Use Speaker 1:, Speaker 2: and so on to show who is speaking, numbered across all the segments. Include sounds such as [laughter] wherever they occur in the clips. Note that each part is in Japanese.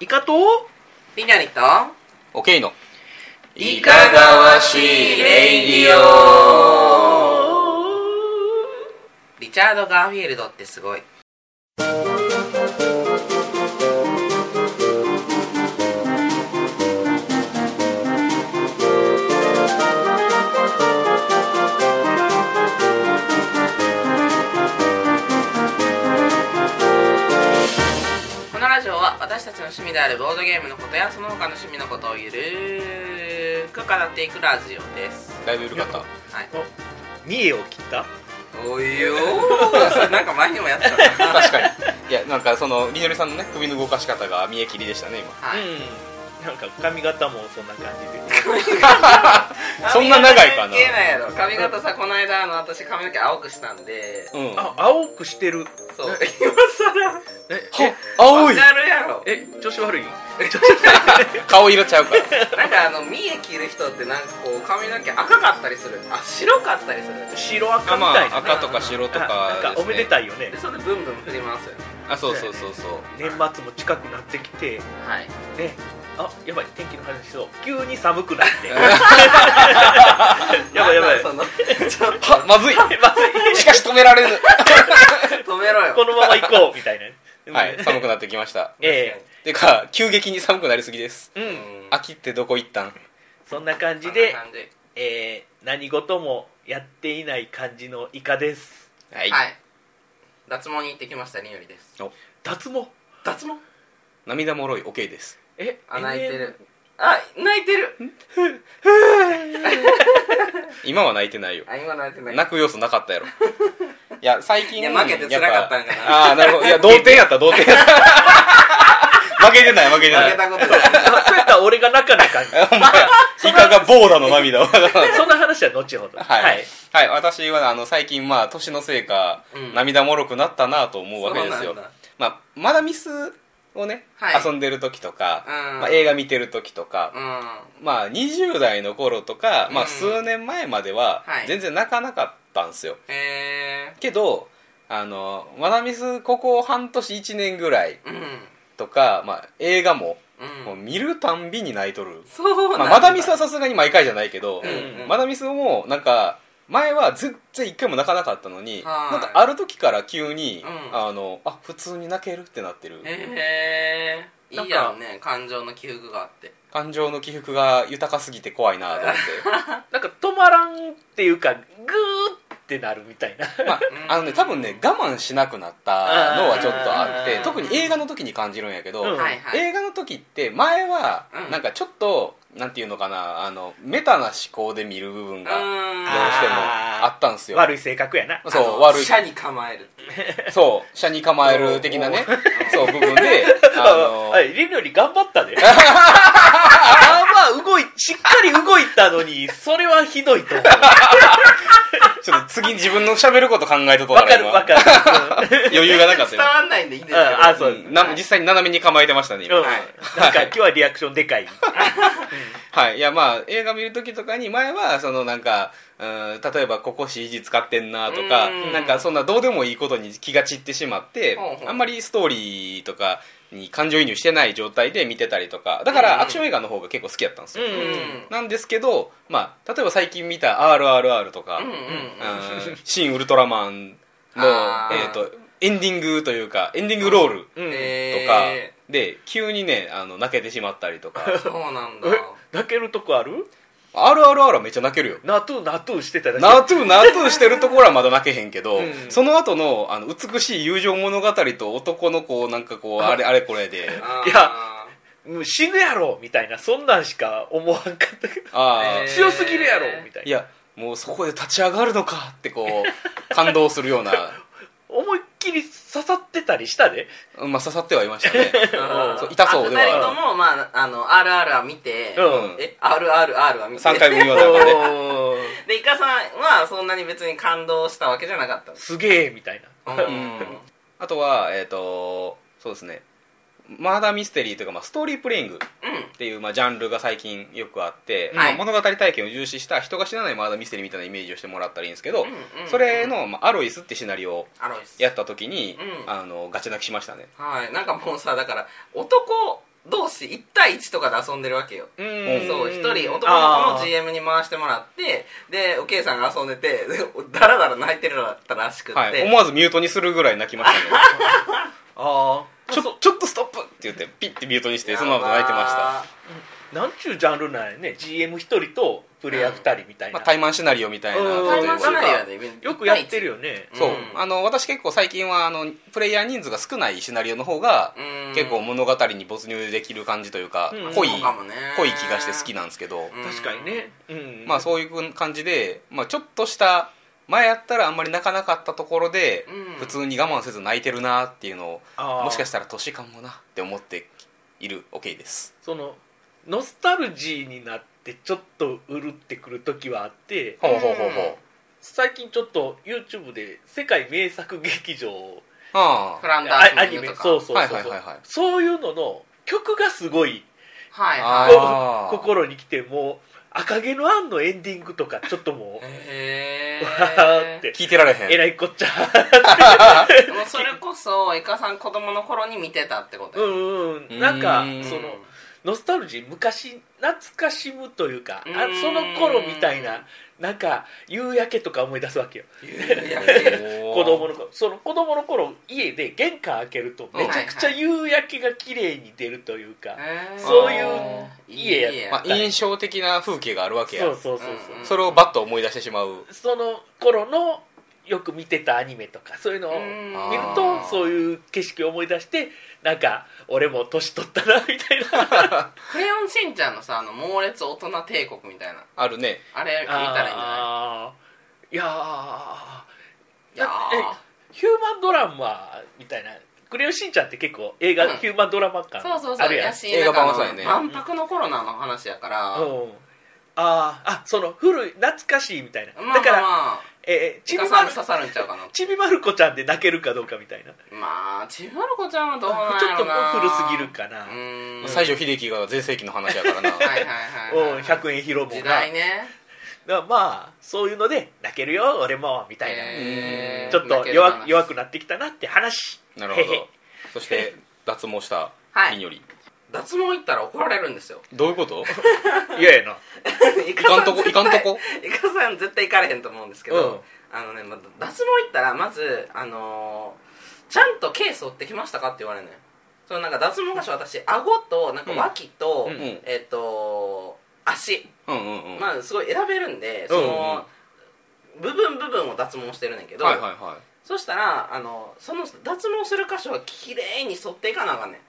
Speaker 1: イカと
Speaker 2: りなりと
Speaker 3: オケイの
Speaker 2: いかがわしいレイディリチャード・ガーフィールドってすごいこのラジオは私たちの趣味であるボードゲームのことやその他の趣味のことをゆるーく語っていくラジオです
Speaker 3: だいぶ緩かった
Speaker 2: はい
Speaker 1: 三重を切った
Speaker 2: おいよーそれなんか前にもやってたな
Speaker 3: 確かにいやなんかそのりのりさんのね首の動かし方が見え切りでしたね
Speaker 2: [laughs] はい、
Speaker 1: うんなんか髪型もそんな感
Speaker 3: 今そんな長いかな
Speaker 2: 髪型関係ないやろ髪型さこの間あの私髪の毛青くしたんで
Speaker 3: うん
Speaker 1: じであ青くしてる
Speaker 2: そう
Speaker 1: え
Speaker 2: 今更
Speaker 1: え
Speaker 3: は青い
Speaker 2: わかるやろ
Speaker 1: え調子悪い
Speaker 3: 顔色ちゃうから
Speaker 2: なんかあの三重切る人ってなんかこう髪の毛赤かったりするあ白かったりする
Speaker 1: 白赤み
Speaker 3: ま
Speaker 1: たいな
Speaker 3: あ赤とか白と
Speaker 1: あな
Speaker 3: か
Speaker 1: ん
Speaker 3: で
Speaker 1: かお
Speaker 3: す
Speaker 1: めで
Speaker 3: ね
Speaker 1: たいよね
Speaker 2: でそれでブンブン振り回すよね
Speaker 3: あそうそうそうそう
Speaker 1: 年末も近くなってきて
Speaker 2: はい
Speaker 1: ねあやばい天気の話しそう急に寒くなっ
Speaker 3: [laughs]
Speaker 1: てやばいやばい
Speaker 2: なんなんその [laughs] ちょっ
Speaker 3: はまずい
Speaker 1: まずい
Speaker 3: しかし止めら
Speaker 2: [laughs]
Speaker 3: れぬ
Speaker 2: と止めろよ
Speaker 1: このまま行こうみたいな
Speaker 3: [laughs] はい寒くなってきました
Speaker 1: え
Speaker 3: てか急激に寒くなりすぎです
Speaker 1: えう
Speaker 2: うんん
Speaker 3: 秋ってどこ行ったん
Speaker 1: そんな感じ
Speaker 2: こん
Speaker 1: で
Speaker 2: な、感じ
Speaker 1: えー何事もやっていない感じのイカです
Speaker 3: はい、
Speaker 2: はい脱毛に行ってきましたりのりです
Speaker 1: 脱毛
Speaker 2: 脱毛
Speaker 3: 涙もろいオケイです
Speaker 1: え
Speaker 2: あ泣いてるあ泣いてる
Speaker 3: 今は泣いてないよ
Speaker 2: あ今泣いてない
Speaker 3: 泣く要素なかった
Speaker 2: [laughs]
Speaker 3: やろいや最近
Speaker 2: いや負けて辛かったんかな
Speaker 3: やぱああなるほどいや同点やった同点やった [laughs] 負けてない負けてない
Speaker 2: 負けたことない
Speaker 1: あそうやったら俺が泣かない感じ
Speaker 3: お前イカがボーダの
Speaker 2: [laughs]
Speaker 3: 涙をは
Speaker 1: そんな話は後ほど
Speaker 3: い、はい私はねあの最近まあ年のせいか、
Speaker 2: うん
Speaker 3: 涙もろくなったなと思うわけです
Speaker 2: そう
Speaker 3: よ
Speaker 2: なんだ
Speaker 3: まあ、まだミスをね、
Speaker 2: はい
Speaker 3: 遊んでる時とか、
Speaker 2: うん
Speaker 3: まあ、映画見てる時とか、
Speaker 2: うん
Speaker 3: まあ20代の頃とか、ま
Speaker 2: う
Speaker 3: あ、
Speaker 2: ん
Speaker 3: 数年前までは
Speaker 2: はい
Speaker 3: 全然泣かなかったんですよ、
Speaker 2: え
Speaker 3: けどあのまだミスここ半年1年ぐらい
Speaker 2: ー、うん
Speaker 3: とか、まあ、映画も,、
Speaker 2: うん
Speaker 3: もう見るたんびに泣いとる
Speaker 2: そうなん
Speaker 3: まあ、マダミスはさすがに毎回じゃないけど、
Speaker 2: うんうん
Speaker 3: マダミスもなんか前は全然一回も泣かなかったのに
Speaker 2: はい
Speaker 3: なんかある時から急に、
Speaker 2: うん
Speaker 3: あのあ普通に泣けるってなってる
Speaker 2: えー、いいやんね感情の起伏があって
Speaker 3: 感情の起伏が豊かすぎて怖いなと思っ
Speaker 1: なんか止まらんっていうかグーってなるみたい
Speaker 2: [laughs]
Speaker 1: な
Speaker 3: て、まあ
Speaker 2: う、ん
Speaker 3: あのね多分ね我慢しなくなったのはちょっとあって
Speaker 1: うん
Speaker 3: 特に映画の時に感じるんやけど、
Speaker 1: うん
Speaker 2: はいはい
Speaker 3: 映画の時って前は
Speaker 2: うん
Speaker 3: なんかちょっと、なんていうのかなあのメタな思考で見る部分がどう
Speaker 2: う
Speaker 3: してもあったんですよ
Speaker 1: 悪い性格やな
Speaker 3: そう
Speaker 2: あの
Speaker 3: 悪い
Speaker 2: 車に構える
Speaker 3: そう、車に構える的なね、そう、部分
Speaker 1: [laughs]
Speaker 3: で、あ
Speaker 1: はい、リノリ頑張ったでまあまあ動いしっかり動いたのにそれはひどいと思う
Speaker 3: の、ちょっと次自分の喋ること考えとった
Speaker 1: わかるわかる、うん
Speaker 3: 余裕がなかった
Speaker 2: 伝
Speaker 3: よ。
Speaker 2: わんないんでいいんですけど、
Speaker 1: うんあそう
Speaker 3: うんな実際に斜めに構えてましたね、今
Speaker 1: うんなんか今日はリアクションでかい。
Speaker 3: はい。いや、まあ、映画見るときとかに、前は、その、なんか、うん例えば、ここ CG 使ってんなとか
Speaker 2: うん、
Speaker 3: なんか、そんなどうでもいいことに気が散ってしまって
Speaker 2: ほうほ、う
Speaker 3: あんまりストーリーとかに感情移入してない状態で見てたりとか、だか
Speaker 2: うん
Speaker 3: ら、アクション映画の方が結構好きだったんですよ。
Speaker 2: うん
Speaker 3: なんですけど、まあ、例えば最近見た RRR とか
Speaker 2: うん、うん
Speaker 3: うんシン・ウルトラマンの、
Speaker 2: [laughs] あー
Speaker 3: えっ、と、エンディングというか、エンディングロール
Speaker 1: う
Speaker 2: うん
Speaker 1: ん
Speaker 3: とか、
Speaker 2: え
Speaker 3: で、急にね、あの、泣けてしまったりとか、
Speaker 2: ー、そうなんだ
Speaker 1: え泣けるとこある
Speaker 3: RRR はめっちゃ泣
Speaker 2: [laughs]
Speaker 3: けるよ。
Speaker 1: ナトゥナトゥしてただけ。
Speaker 3: ナートゥーナートゥーしてるところはまだ泣けへんけど、
Speaker 1: うん
Speaker 3: その後の、あの、美しい友情物語と男の子をなんかこう、あれ、あれこれで、
Speaker 2: [laughs] あー
Speaker 1: いやもう死ぬやろみたいな、そんなんしか思わんかったけど。
Speaker 3: ああ、
Speaker 2: えー
Speaker 1: 強すぎるやろみたい
Speaker 3: い
Speaker 1: な。
Speaker 3: や、もうそこで立ち上がるのかって
Speaker 2: [laughs]
Speaker 3: こう、感動するような、
Speaker 1: 思いっきり刺さってたりしたで。
Speaker 3: うんまあ刺さってはいましたね。
Speaker 2: [laughs] あー
Speaker 3: そう痛そうではある
Speaker 2: あ二人とも、まあ、あの、RR は見て、
Speaker 1: うん
Speaker 2: え、RRR は見て、
Speaker 3: 3回分言わ
Speaker 1: お
Speaker 3: なかったね。
Speaker 1: ー
Speaker 2: で、イカさんはそんなに別に感動したわけじゃなかったんです。
Speaker 1: すげえみたいな。
Speaker 2: うん
Speaker 3: あとは、えっ、と、そうですね、マーダーミステリーというか、まあ、ストーリープレイングっていう、まあ、ジャンルが最近よくあって、
Speaker 2: はい
Speaker 3: まあ物語体験を重視した人が死なないマーダーミステリーみたいなイメージをしてもらったらいいんですけど、
Speaker 2: うんうん
Speaker 3: それの、まあ、アロイスってシナリオを
Speaker 2: アロイス。
Speaker 3: やった時に、
Speaker 2: うん
Speaker 3: あのガチ泣きしましたね。
Speaker 2: はい、なんかもうさだから男対1とかで遊んでるわけよ
Speaker 3: うん
Speaker 2: そう一人男の子
Speaker 1: あ
Speaker 2: の
Speaker 1: ー
Speaker 2: GM に回してもらってでおけいさんが遊んでてでダラダラ泣いてるらったらしくって、
Speaker 3: はい、思わずミュートにするぐらい泣きましたね
Speaker 2: [laughs]
Speaker 1: あ
Speaker 3: ちょちょっとストップって言ってピッてミュートにしてそのまま泣いてました、
Speaker 1: あなんちゅうジャンルなんやね GM 一人とプレイヤー二人みたい
Speaker 3: ま
Speaker 1: な、
Speaker 3: あ、対マンシナリオみたいな
Speaker 1: うん
Speaker 2: タイマンシナリオや
Speaker 3: というか
Speaker 2: ね
Speaker 1: よくやってるよね
Speaker 2: うん
Speaker 3: そう、あの私結構最近はあのプレイヤー人数が少ないシナリオの方が
Speaker 2: うん
Speaker 3: 結構物語に没入できる感じというか、
Speaker 1: うん
Speaker 3: 濃い
Speaker 2: そうかもね
Speaker 3: 濃い気がして好きなんですけど、
Speaker 2: うん
Speaker 1: 確かにね、うん
Speaker 3: まあそういう感じで、まあ、ちょっとした前やったらあんまり泣かなかったところで、
Speaker 2: うん
Speaker 3: 普通に我慢せず泣いてるなっていうの
Speaker 1: あ
Speaker 3: を
Speaker 1: ー
Speaker 3: もしかしたら年かもなって思っている OK です
Speaker 1: そのノスタルジーになってちょっとうるってくる時はあって
Speaker 3: ほうほうほうほう
Speaker 1: 最近ちょっと YouTube で世界名作劇場
Speaker 3: あ
Speaker 2: フランダース
Speaker 1: あ
Speaker 2: の
Speaker 1: アニ
Speaker 2: 犬
Speaker 1: メ
Speaker 2: とか
Speaker 1: そうそうそうそう、
Speaker 3: はいはいはいはい
Speaker 1: そういうのの曲がすごい
Speaker 2: はい
Speaker 3: あ
Speaker 2: はい
Speaker 3: ー
Speaker 1: こ心に来てもう「赤毛のアン」のエンディングとかちょっともう
Speaker 2: へ
Speaker 1: わ
Speaker 2: ー
Speaker 3: [laughs]
Speaker 1: ーっ
Speaker 3: あ
Speaker 1: て
Speaker 3: 聞いてられへん
Speaker 1: えらいこっちゃ
Speaker 2: でもそれこそイカさん子供の頃に見てたってこと
Speaker 1: [laughs] う
Speaker 2: や
Speaker 1: んうんなんか
Speaker 3: うん
Speaker 1: そのノスタルジー昔懐かしむというかあ
Speaker 2: うん
Speaker 1: その頃みたいななんか夕焼けとか思い出すわけよ
Speaker 2: いや
Speaker 3: [laughs]
Speaker 1: 子供
Speaker 3: の
Speaker 1: の頃その子供の頃家で玄関開けるとめちゃくちゃ夕焼けが綺麗に出るというか、
Speaker 2: へー
Speaker 1: そういう家や
Speaker 2: いい
Speaker 3: まあ、印象的な風景があるわけや
Speaker 1: そうそうそうそう、
Speaker 2: うんうん
Speaker 3: それをバッと思い出してしまう
Speaker 1: その頃のよく見てたアニメとかそういうのを見
Speaker 2: うん
Speaker 1: る
Speaker 3: あ
Speaker 1: と
Speaker 3: ー
Speaker 1: そういう景色を思い出してなんか俺も年取ったな
Speaker 2: [laughs]
Speaker 1: みたいな
Speaker 2: クレヨンしんちゃんのさあの猛烈大人帝国みたいな
Speaker 3: あるね
Speaker 2: あれ見たらいいんじゃ
Speaker 1: あーいや
Speaker 2: な
Speaker 1: ー
Speaker 2: いいやー
Speaker 1: えヒューマンドラマみたいな「クレヨンしんちゃん」って結構映画、
Speaker 2: うん
Speaker 1: ヒューマンドラマ感
Speaker 2: そうそう
Speaker 1: あ
Speaker 2: そ
Speaker 1: る
Speaker 2: う
Speaker 1: や
Speaker 2: や
Speaker 1: ん
Speaker 2: し
Speaker 3: 映画版はそう
Speaker 2: な
Speaker 3: や
Speaker 2: ん
Speaker 3: ね
Speaker 2: かあの万博の頃のあの話やから、
Speaker 1: うん、あーあその古い懐かしいみたいな、
Speaker 2: まあまあ
Speaker 1: だから、
Speaker 2: まあ
Speaker 1: えーち
Speaker 2: ち
Speaker 1: び
Speaker 2: び
Speaker 1: ま
Speaker 2: さん
Speaker 1: る
Speaker 2: に刺さるんちゃうかな
Speaker 1: ちびまる子ちゃんで泣けるかどうかみたいな
Speaker 2: まあちびまる子ちゃんはどうなん
Speaker 1: ち
Speaker 2: や
Speaker 1: ょっと
Speaker 2: ろ
Speaker 1: も
Speaker 2: な
Speaker 1: う古すぎるかな
Speaker 2: う、ーん
Speaker 3: 西城秀樹が全盛期の話やからな
Speaker 2: はいはいはい、はい
Speaker 1: [laughs] うん、100円拾うもんな
Speaker 2: 時代ね
Speaker 1: だからまあそういうので泣けるよ俺もみたいな、
Speaker 2: えー
Speaker 1: ちょっ
Speaker 2: 泣
Speaker 1: と
Speaker 2: けるか
Speaker 1: 弱弱くなってきたなって話
Speaker 3: なるほ
Speaker 1: へ
Speaker 3: ど [laughs]
Speaker 1: へ
Speaker 3: そして脱毛した
Speaker 2: はい
Speaker 3: 金より、
Speaker 2: 脱毛行ったら怒られるんですよ
Speaker 3: どういうこと
Speaker 1: いやいやない
Speaker 3: いかんとこいかんとこ
Speaker 2: イカさん絶対行かれへんと思うんですけ
Speaker 1: うん
Speaker 2: ど、あのね、ま、脱毛行ったらまずあのーちゃんとケース追ってきましたかって言われるのよそのなんか脱毛箇所私顎となんか脇と、
Speaker 1: うんうん
Speaker 2: えっ、と足
Speaker 3: うんうんうん、
Speaker 2: まあすごい選べるんで
Speaker 1: う
Speaker 2: そ
Speaker 1: んうん
Speaker 2: の、部分部分を脱毛してるねんけど、
Speaker 3: はいはいは
Speaker 2: そしたらあのその脱毛する箇所は綺麗に沿っていかなあかんねん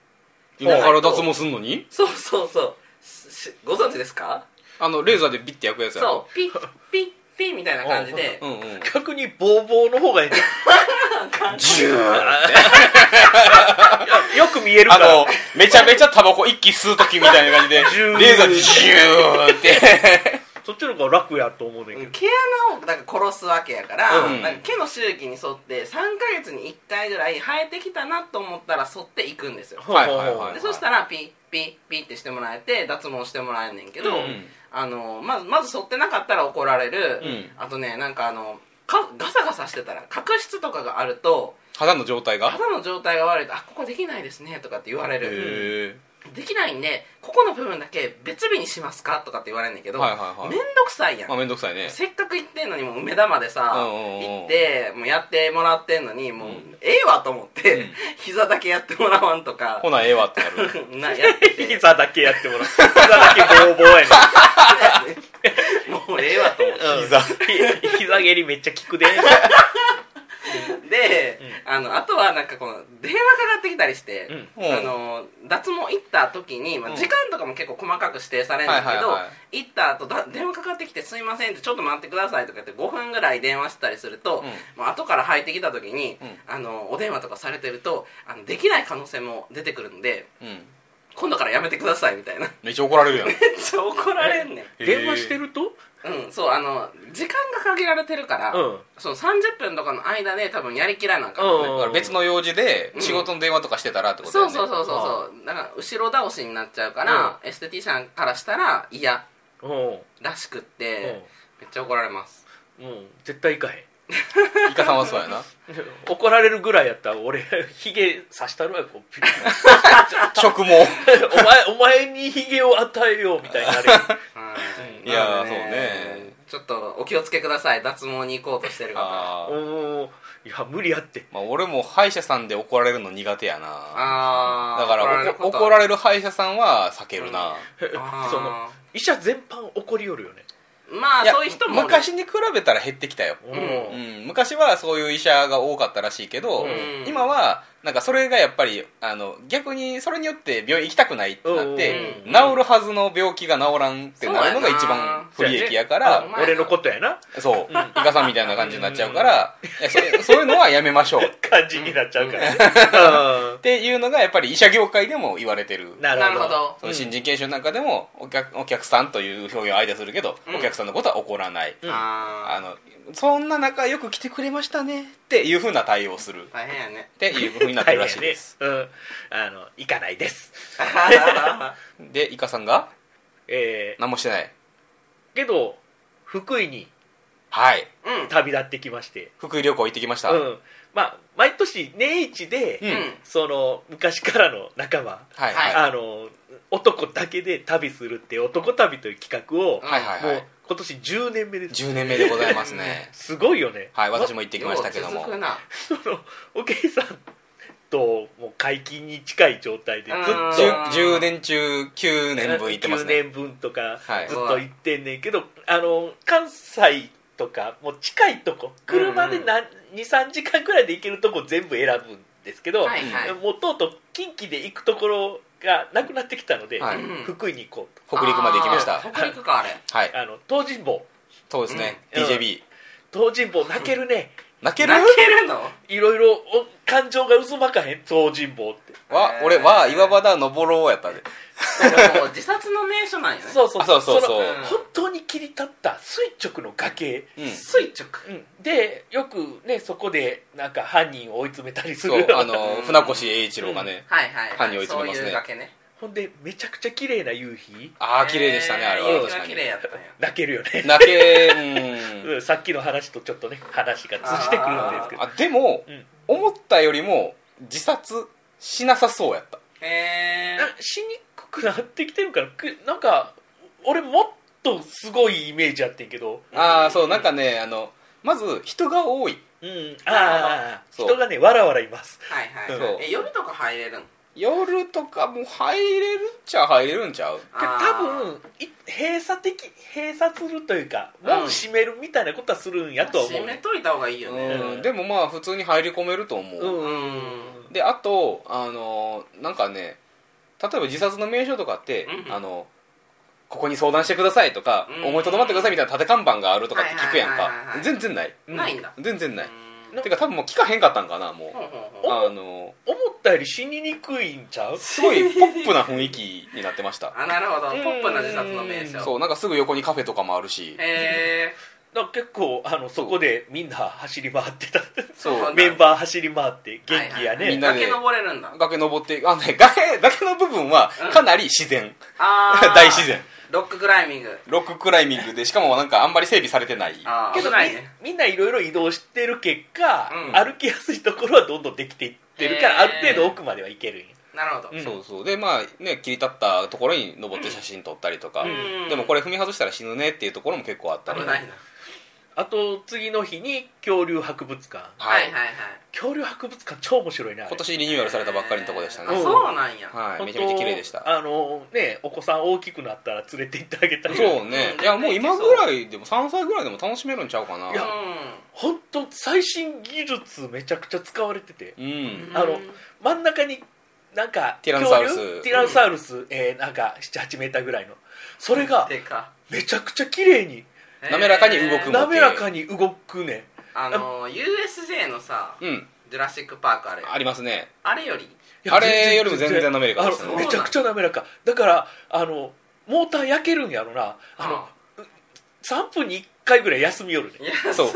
Speaker 3: い今から脱毛すんのに
Speaker 2: そうそうそうししご存知ですか
Speaker 3: あのレーザーでビッて焼くやつや
Speaker 2: そ
Speaker 3: ろ
Speaker 2: うピッピッピッみたいな感じで
Speaker 3: うんうん
Speaker 1: 逆にボーボーの方がいいね
Speaker 3: ジュー
Speaker 1: [laughs] よく見えるか
Speaker 3: あ
Speaker 1: ら
Speaker 3: のめちゃめちゃタバコ一気吸う時みたいな感じで
Speaker 1: ジュー
Speaker 3: レーザーでジューって
Speaker 1: そっちの方が楽やと思うねん
Speaker 2: 毛
Speaker 1: けど、
Speaker 2: 穴をなんか殺すわけやから、
Speaker 3: うん
Speaker 2: なんか毛の周期に沿って3ヶ月に1回ぐらい生えてきたなと思ったら沿っていくんですよ
Speaker 3: はいはいはい
Speaker 2: でそしたらピッピッピッってしてもらえて脱毛してもらえんねんけど、
Speaker 1: うん
Speaker 2: あのまずまず剃ってなかったら怒られる、
Speaker 3: うん
Speaker 2: あとねなんかあのかガサガサしてたら角質とかがあると
Speaker 3: 肌の状態が
Speaker 2: 肌の状態が悪いと「あここできないですね」とかって言われる
Speaker 3: へ
Speaker 2: できないんでここの部分だけ別日にしますかとかって言われるんだけど、
Speaker 3: はいはいはい
Speaker 2: めんどくさいや
Speaker 3: え
Speaker 2: ん、
Speaker 3: まあめんどくさいね
Speaker 2: せっかく行ってんのにもう梅田までさ、
Speaker 3: うんうんうん
Speaker 2: 行ってもうやってもらってんのにもう、
Speaker 3: うん
Speaker 2: ええわと思って、
Speaker 3: うん
Speaker 2: 膝だけやってもらわんとか
Speaker 3: ほなええわってなる
Speaker 2: [laughs] なやってて
Speaker 3: [laughs]
Speaker 1: [laughs] 膝だけやってもらう膝だけボーボーやねん
Speaker 2: もうええわと思って
Speaker 3: 膝
Speaker 1: ひ [laughs] 膝蹴りめっちゃ効くで
Speaker 2: [laughs] で、あのあとはなんかこの電話かかってきたりして、
Speaker 1: う
Speaker 3: うん
Speaker 2: あの脱毛行った時に、ま
Speaker 3: う
Speaker 2: あ、
Speaker 3: ん
Speaker 2: 時間とかも結構細かく指定されるんだけど、
Speaker 3: はいはいは
Speaker 2: 行った後だ電話かかってきて「すいません」って「ちょっと待ってください」とか言って5分ぐらい電話したりすると、
Speaker 3: う
Speaker 2: まあ後から入ってきた時に、
Speaker 3: うん
Speaker 2: あのお電話とかされてるとあのできない可能性も出てくるので
Speaker 3: うん
Speaker 2: 今度からやめてくださいみたいな [laughs]
Speaker 3: めっちゃ怒られるやん
Speaker 2: めっちゃ怒られんねん。
Speaker 3: へー
Speaker 1: 電話してると
Speaker 2: うん、そうあの時間が限られてるから、
Speaker 1: うん
Speaker 2: そう30分とかの間で多分やりきらなあかんのね、
Speaker 1: うん
Speaker 3: だから別の用事で仕事の電話とかしてたらってことだ
Speaker 2: そ
Speaker 3: よ
Speaker 2: う
Speaker 3: ね
Speaker 2: そうそうそうそうだから後ろ倒しになっちゃうから、エステティシャンからしたら嫌
Speaker 1: うん
Speaker 2: らしくっ
Speaker 1: うん
Speaker 2: て、めっちゃ怒られます
Speaker 1: うん絶対行かへん
Speaker 3: イカさんはそうやな
Speaker 1: 怒られるぐらいやったら俺ヒゲ刺したるわこうピュ
Speaker 3: 食毛
Speaker 1: ッお前お前にヒゲを与えようみたいにな
Speaker 3: [laughs]
Speaker 1: る
Speaker 2: はい
Speaker 3: いやー
Speaker 2: なので
Speaker 3: そうね
Speaker 2: ちょっとお気をつけください脱毛に行こうとしてる方あ
Speaker 3: あー
Speaker 1: おーいや無理やって
Speaker 3: まあ俺も歯医者さんで怒られるの苦手やな
Speaker 2: あー
Speaker 3: だから怒怒られる歯医者さんは避ける
Speaker 2: あ
Speaker 3: な、
Speaker 2: ー
Speaker 1: [laughs] その医者全般怒りよるよね
Speaker 2: まあ
Speaker 3: いや
Speaker 2: そういう人も
Speaker 3: 昔に比べたら減ってきたよ、
Speaker 1: うん
Speaker 3: う、ん、昔はそういう医者が多かったらしいけど、
Speaker 2: うん
Speaker 3: 今はなんかそれがやっぱりあの逆にそれによって病院行きたくないってなって、
Speaker 1: うん
Speaker 3: 治るはずの病気が治らんってなるのが
Speaker 2: そうやな
Speaker 3: 一番不利益やから
Speaker 2: そうやね
Speaker 1: 俺のことやな
Speaker 3: そうイカさんみたいな感じになっちゃうから、いやそれそういうのはやめましょうっ
Speaker 1: 感じになっちゃうからね
Speaker 3: ていうのがやっぱり医者業界でも言われてる
Speaker 1: うんな
Speaker 2: な
Speaker 1: る
Speaker 2: る
Speaker 1: ほ
Speaker 2: ほ
Speaker 1: ど
Speaker 2: ど
Speaker 3: その新人研修なんかでもお客お客さんという表現を相手するけど、
Speaker 2: うん
Speaker 3: お客さんのことは怒らない、
Speaker 1: うん
Speaker 3: あ
Speaker 2: あ
Speaker 3: のそんな中よく来てくれましたねっていうふうな対応をするっ
Speaker 2: ー大変や
Speaker 3: [laughs]
Speaker 2: ね
Speaker 3: ていうふうになってるらしい
Speaker 1: [laughs]
Speaker 3: です、
Speaker 1: 大変やねうんあの行かないです
Speaker 3: でイカさんが
Speaker 1: えー
Speaker 3: 何もしてない
Speaker 1: けど福井に
Speaker 3: はい
Speaker 2: うん
Speaker 1: 旅立ってきまして
Speaker 3: 福井旅行行ってきました、
Speaker 1: うんまあ毎年年一で、
Speaker 3: うん
Speaker 2: うん
Speaker 1: その昔からの仲間、
Speaker 3: はい
Speaker 2: はい
Speaker 1: あの男だけで旅するっていう男旅という企画を、
Speaker 3: はいはいは
Speaker 1: もう
Speaker 3: い
Speaker 1: 今年10年目です
Speaker 3: 10年目でございます
Speaker 1: [laughs]
Speaker 3: ね
Speaker 1: すごいよね
Speaker 3: はい私も行ってきましたけど
Speaker 2: よ
Speaker 3: も
Speaker 2: う続くな
Speaker 1: そのおけいさんともう解禁に近い状態でずっ
Speaker 2: うん
Speaker 1: と
Speaker 3: 10, 10年中9年分行ってますね
Speaker 1: 9年分とか
Speaker 3: はい
Speaker 1: ずっと行ってんねんけど、あの関西とかもう近いとこ車で23時間くらいで行けるとこ全部選ぶんですけど、
Speaker 2: はいはい
Speaker 1: もうとうとう近畿で行くところがなくなってきたので、
Speaker 3: はい
Speaker 2: うん
Speaker 1: 福井に行こう
Speaker 3: 北陸まで行きまし
Speaker 2: あ
Speaker 3: た
Speaker 2: ー北陸かあれ
Speaker 3: はい
Speaker 1: とあの東尋坊
Speaker 3: そうですね、
Speaker 1: うん
Speaker 3: DJB
Speaker 1: 東尋坊泣けるね
Speaker 3: 泣ける
Speaker 2: 泣けるの
Speaker 1: いろいろお感情が渦巻かへん東尋坊って
Speaker 3: わ
Speaker 2: えー
Speaker 3: 俺は岩場だ登ろうやったで
Speaker 2: でも自殺の名所なんやね
Speaker 1: そうそう
Speaker 3: あそうそうそう
Speaker 1: の
Speaker 2: うん
Speaker 1: 本当に切り立った垂直の崖、
Speaker 3: うん
Speaker 2: 垂直
Speaker 1: うんでよくねそこでなんか犯人を追い詰めたりす
Speaker 3: そう
Speaker 1: る
Speaker 3: あの
Speaker 2: うん
Speaker 3: 船越英一郎がね、
Speaker 2: はいはいはい
Speaker 3: 犯人追い詰めます
Speaker 2: そう
Speaker 3: ね
Speaker 2: いう崖ね
Speaker 1: [laughs] ほんでめちゃくちゃ綺麗な夕日
Speaker 3: ああ綺麗でしたねあれ
Speaker 2: えー
Speaker 3: は
Speaker 2: 夕
Speaker 3: 確
Speaker 2: 日
Speaker 3: か
Speaker 2: は
Speaker 3: に
Speaker 2: 綺麗や
Speaker 3: [laughs]
Speaker 2: ったんや
Speaker 1: 泣けるよね
Speaker 3: 泣けうん
Speaker 1: うんさっきの話とちょっとね話が通じてくるんですけど
Speaker 3: あでも、
Speaker 1: うん
Speaker 3: 思ったよりも自殺しなさそうやった
Speaker 2: え
Speaker 1: なしにくくなってきてるからくなんか俺もっとすごいイメージあってんけど、
Speaker 3: ああそうなんかねあのまず人が多い
Speaker 1: うん、ああ
Speaker 3: そう
Speaker 1: 人がねわらわらいます
Speaker 2: ー、はいはい
Speaker 3: そう
Speaker 2: え夜とか入れるの
Speaker 3: 夜とかも入れるっちゃ入れるんちゃう
Speaker 1: で多分い閉鎖的閉鎖するというか
Speaker 2: う
Speaker 1: 門
Speaker 2: ん
Speaker 1: 閉めるみたいなことはするんやとは思う、
Speaker 2: 閉めといた方がいいよね
Speaker 3: うんでもまあ普通に入り込めると思
Speaker 1: う
Speaker 3: う、
Speaker 1: んうんうん
Speaker 3: であとあのーなんかね例えば自殺の名称とかって、
Speaker 2: うん
Speaker 3: あのここに相談してくださいとか、
Speaker 2: うん
Speaker 3: 思いとどまってくださいみたいな立て看板があるとかって聞くやん
Speaker 2: はい
Speaker 3: か
Speaker 2: はいはいはい
Speaker 3: 全然ない
Speaker 2: ないんだ
Speaker 3: 全然ない、
Speaker 2: うん
Speaker 1: な
Speaker 3: てか多分もう聞かへんかったんかなもう
Speaker 2: ほうほうほう
Speaker 3: あの
Speaker 1: 思ったより死ににくいんちゃう
Speaker 3: すごいポップな雰囲気になってました
Speaker 2: あなるほど
Speaker 1: うん
Speaker 2: ポップな自殺の名所
Speaker 3: そうなんかすぐ横にカフェとかもあるし
Speaker 2: へえ
Speaker 1: だから結構あのそこでみんな走り回って
Speaker 2: [laughs]
Speaker 1: た
Speaker 3: そう
Speaker 2: そう
Speaker 1: メンバー走り回って元気やね、
Speaker 3: みんなで
Speaker 2: 崖登れるんだ
Speaker 3: 崖登ってあのね崖崖の部分はかなり自然、
Speaker 2: あー
Speaker 3: [laughs] 大自然
Speaker 2: ロッククライミング
Speaker 3: ロッククライミングでしかもなんかあんまり整備されてない
Speaker 2: あ
Speaker 1: け
Speaker 2: あ
Speaker 1: ど
Speaker 2: 危
Speaker 1: み
Speaker 2: ないね
Speaker 1: みんないろいろ移動してる結果、
Speaker 2: うん
Speaker 1: 歩きやすいところはどんどんできていってるから、
Speaker 2: へー
Speaker 1: ある程度奥までは行けるんや
Speaker 2: なるほど
Speaker 1: うん
Speaker 3: そうそうでまあね切り立ったところに登って写真撮ったりとか、
Speaker 2: うん
Speaker 3: でもこれ踏み外したら死ぬねっていうところも結構あったり
Speaker 2: 危ないな
Speaker 1: あと次の日に恐竜博物館
Speaker 2: は
Speaker 3: はいい
Speaker 2: はいはい
Speaker 1: 恐竜博物館超面白いねあれ
Speaker 3: 今年リニューアルされたばっかりのとこでしたね、
Speaker 2: あそうなんや
Speaker 3: はい
Speaker 1: 本
Speaker 3: めち
Speaker 1: 当
Speaker 3: ゃめちゃ綺麗でした
Speaker 1: あのねお子さん大きくなったら連れて行ってあげたい
Speaker 3: そうね
Speaker 2: うん
Speaker 3: いやもう今ぐらいでも3歳ぐらいでも楽しめるんちゃうかな
Speaker 1: いうや
Speaker 2: ん
Speaker 1: 本当最新技術めちゃくちゃ使われてて
Speaker 3: うん
Speaker 1: あの真ん中になんか
Speaker 3: ティラノサウルス
Speaker 1: 恐竜ティラノサウルス、えーなんか78メーターぐらいのそれが
Speaker 2: でか
Speaker 1: めちゃくちゃ綺麗に
Speaker 3: 滑らかに動くもん
Speaker 1: 滑らかに動くね
Speaker 2: あの USJ のさ
Speaker 3: うん
Speaker 2: ジュラシック・パークあれ
Speaker 3: ありますね
Speaker 2: あれより
Speaker 1: いや
Speaker 3: あれよりも全然滑らかです
Speaker 1: あ
Speaker 3: ね
Speaker 1: のめちゃくちゃ滑らかだからあのモーター焼けるんやろなあの
Speaker 2: あ
Speaker 1: 3分に1回ぐらい休みよるね
Speaker 2: いや
Speaker 3: そう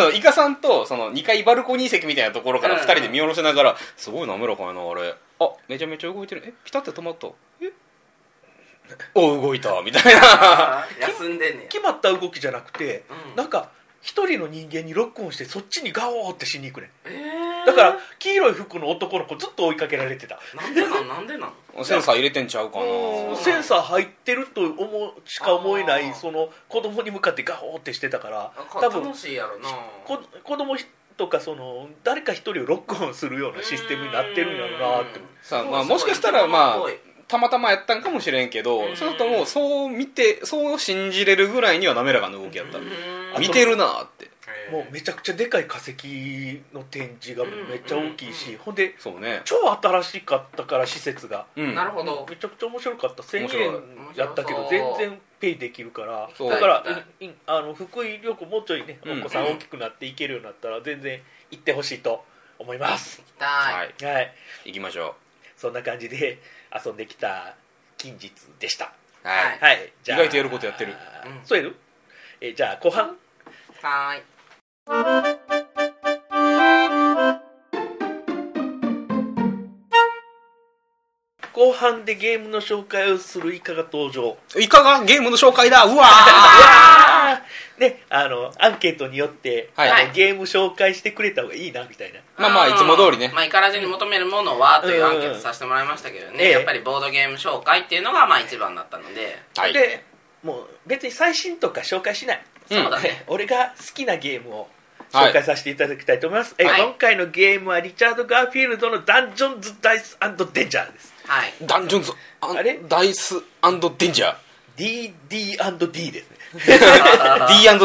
Speaker 3: あのイカさんとその2階バルコニー席みたいなところから
Speaker 2: うん
Speaker 3: 2人で見下ろしながら「すごい滑らかやなあれあめちゃめちゃ動いてるえピタッて止まったえお動いた」みたいな
Speaker 2: あー休んでんね
Speaker 1: 決まった動きじゃなくて
Speaker 2: やうん
Speaker 1: なんか一人の人間にロックオンしてそっちにガオーってしに行くねん
Speaker 2: えー
Speaker 1: だから黄色い服の男の子ずっと追いかけられてた
Speaker 2: なんでなんなんでなん
Speaker 3: センサー入れてんちゃうかな
Speaker 1: うんセンサー入ってると思うしか思えないその子供に向かってガオーってしてたから多分
Speaker 2: 楽しいやろな
Speaker 1: こ子供とかその誰か一人をロックオンするようなシステムになってるんやろうなって
Speaker 3: さあ
Speaker 2: うん
Speaker 3: まあもしかしたらまあ
Speaker 2: すごいす
Speaker 3: たまたまやったんかもしれんけ
Speaker 2: う
Speaker 3: ど
Speaker 2: ん
Speaker 3: それともそう見てそう信じれるぐらいには滑らかな動きやっ
Speaker 2: ご
Speaker 3: た
Speaker 2: い
Speaker 1: うん
Speaker 3: 見てるなーって
Speaker 1: もうめちゃくちゃでかい化石の展示がめっちゃ大き
Speaker 2: う
Speaker 1: い
Speaker 2: んうん
Speaker 1: し
Speaker 2: う
Speaker 1: ほんで
Speaker 3: そうね
Speaker 1: 超新しかったから施設が
Speaker 3: うん
Speaker 2: なるほど
Speaker 1: めちゃくちゃ面白かった1000
Speaker 3: 面白い
Speaker 1: 円やったけど
Speaker 2: 面白
Speaker 1: 全
Speaker 2: そう
Speaker 1: 然ペイできるから
Speaker 3: そう
Speaker 1: だから
Speaker 2: 行きたい
Speaker 1: いいあの福井旅行もうちょいね
Speaker 3: うん
Speaker 1: お子さん大きくなって行けるようになったら全然行ってほしいと思います
Speaker 2: は
Speaker 3: はいい
Speaker 1: はい
Speaker 3: 行きましょ
Speaker 1: そんな感じで遊んできた近日でした
Speaker 3: うは
Speaker 2: はい
Speaker 3: い
Speaker 1: はいじゃ
Speaker 3: 意
Speaker 1: あ
Speaker 3: 外とやることやってる
Speaker 2: うん
Speaker 1: そうやるえじゃあ後半
Speaker 2: はーい
Speaker 1: 後半でゲームの紹介をするイカが登場
Speaker 3: いかがゲームの紹介だうわ
Speaker 1: あーねあのアンケートによって、
Speaker 3: ーはい、
Speaker 2: はい
Speaker 1: ゲーム紹介してくれた方がいいなみたいな
Speaker 3: まあまあいつも通りね
Speaker 2: まあ、イカラジに求めるものはというアンケートさせてもらいましたけど
Speaker 1: ええ
Speaker 2: ね、やっぱりボードゲーム紹介っていうのがまあ一番だったので、
Speaker 3: はい
Speaker 1: でもう別に最新とか紹介しない、
Speaker 3: うん
Speaker 2: そうだね。
Speaker 1: [laughs] 俺が好きなゲームを紹介させていただきたいと思います、え
Speaker 2: はい
Speaker 1: 今回のゲームはリチャード・ガーフィールドの「ダンジョンズ・ダイスデンジャー」
Speaker 3: [laughs]
Speaker 1: です
Speaker 2: はい。
Speaker 3: ダンジョンズあ
Speaker 1: あれ
Speaker 3: ダイスデンジャー
Speaker 1: DD&D ですね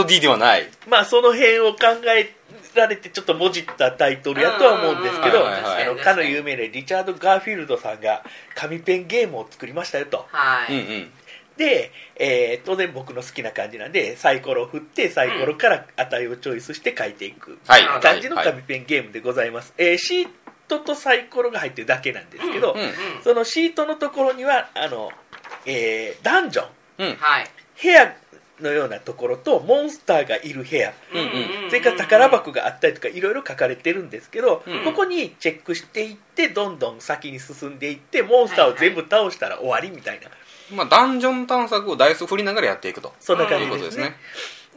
Speaker 3: D&D ではない
Speaker 1: [laughs] まあその辺を考えられてちょっともじったタイトルやとは思うんですけ
Speaker 3: うん
Speaker 1: ど
Speaker 3: うんうんはい
Speaker 1: あ
Speaker 3: はい
Speaker 1: のかの有名なリチャード・ガーフィールドさんが紙ペンゲームを作りましたよと
Speaker 2: は
Speaker 3: うんう
Speaker 2: い。
Speaker 3: ん
Speaker 1: で、えー当然僕の好きな感じなんでサイコロを振ってサイコロから値をチョイスして書いていく
Speaker 3: はい
Speaker 1: 感じの
Speaker 3: はい
Speaker 1: 紙ペンゲームでございます、えーシートとサイコロが入ってるだけなんですけど、
Speaker 3: うん
Speaker 1: そのシートのところにはあの、えーダンジョン
Speaker 3: うん
Speaker 2: はい。
Speaker 1: 部屋のようなところとモンスターがいる部屋
Speaker 3: うん
Speaker 1: それから宝。箱があったりとかいろいろ書かれてるんですけど、
Speaker 3: うん
Speaker 1: ここにチェックしていってどんどん先に進んでいってモンスターを全部倒したら終わりみたいな、
Speaker 3: まあダンジョン探索をダイス振りながらやっていくと
Speaker 1: そんな
Speaker 3: と
Speaker 1: 感
Speaker 3: い
Speaker 1: じ
Speaker 3: う
Speaker 1: で
Speaker 3: こ
Speaker 1: す
Speaker 3: と
Speaker 1: ね
Speaker 3: ですね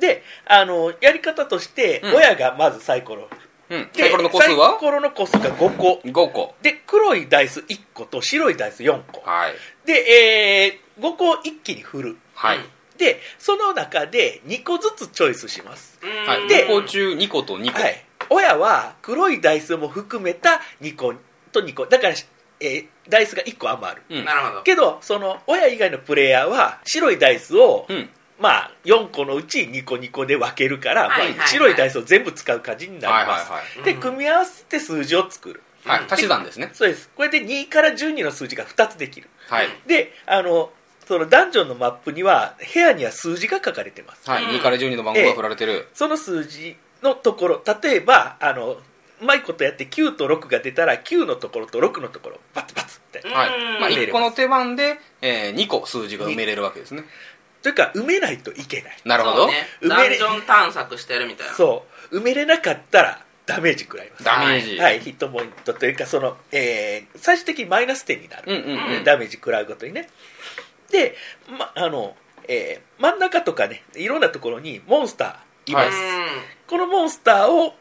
Speaker 1: であのやり方として、
Speaker 3: うん
Speaker 1: 親がまずサイコロ
Speaker 3: うん
Speaker 1: で
Speaker 3: サイコロの個数
Speaker 1: サイ
Speaker 3: は
Speaker 1: コロの個数が5個
Speaker 3: 5個
Speaker 1: で黒いダイス1個と白いダイス4個
Speaker 3: はい
Speaker 1: で、え5個一気に振る
Speaker 3: はい
Speaker 1: でその中で2個ずつチョイスします、
Speaker 3: はい
Speaker 1: で
Speaker 3: 5個中2個と2個
Speaker 1: はい、親は黒いダイスも含めた2個と2個だから、えーダイスが1個余る
Speaker 3: うん
Speaker 2: なるほど。
Speaker 1: けどその親以外のプレイヤーは白いダイスを、
Speaker 3: うん
Speaker 1: まあ、4個のうち2個2個で分けるから、
Speaker 2: はいはいはい
Speaker 1: まあ、白いダイスを全部使う感じになり
Speaker 3: はい
Speaker 1: ま
Speaker 3: は
Speaker 1: す、
Speaker 3: い
Speaker 1: で組み合わせて数字を作る
Speaker 3: はいはい足し算ですね
Speaker 1: そうですこれで2から12の数字が2つできる
Speaker 3: はい
Speaker 1: であのそのダンジョンのマップには部屋には数字が書かれてます
Speaker 3: はい
Speaker 2: うん
Speaker 3: 2から12の番号が振られてる
Speaker 1: その数字のところ例えばあのうまいことやって9と6が出たら9のところと6のところバツバツって
Speaker 2: ええ
Speaker 3: はい
Speaker 2: うん
Speaker 3: まあ
Speaker 1: 埋め
Speaker 3: 1
Speaker 1: れま
Speaker 3: 個
Speaker 1: す
Speaker 3: の手番でえー2個数字が埋めれるわけですね
Speaker 1: というか埋めないといけない
Speaker 3: なるほど
Speaker 2: そうねダンジョン探索してるみたいな。
Speaker 1: そう埋めれなかったらダメージ食らいます
Speaker 3: ダメージ
Speaker 1: はいヒットポイントというかその、えー最終的にマイナス点にな
Speaker 3: うん
Speaker 1: る、
Speaker 3: うんうん
Speaker 2: うん
Speaker 1: ダメージ食らうごとにねで、まあのえー真ん中とかねいろんなところにモンスターいます、
Speaker 3: は
Speaker 1: このモンスターを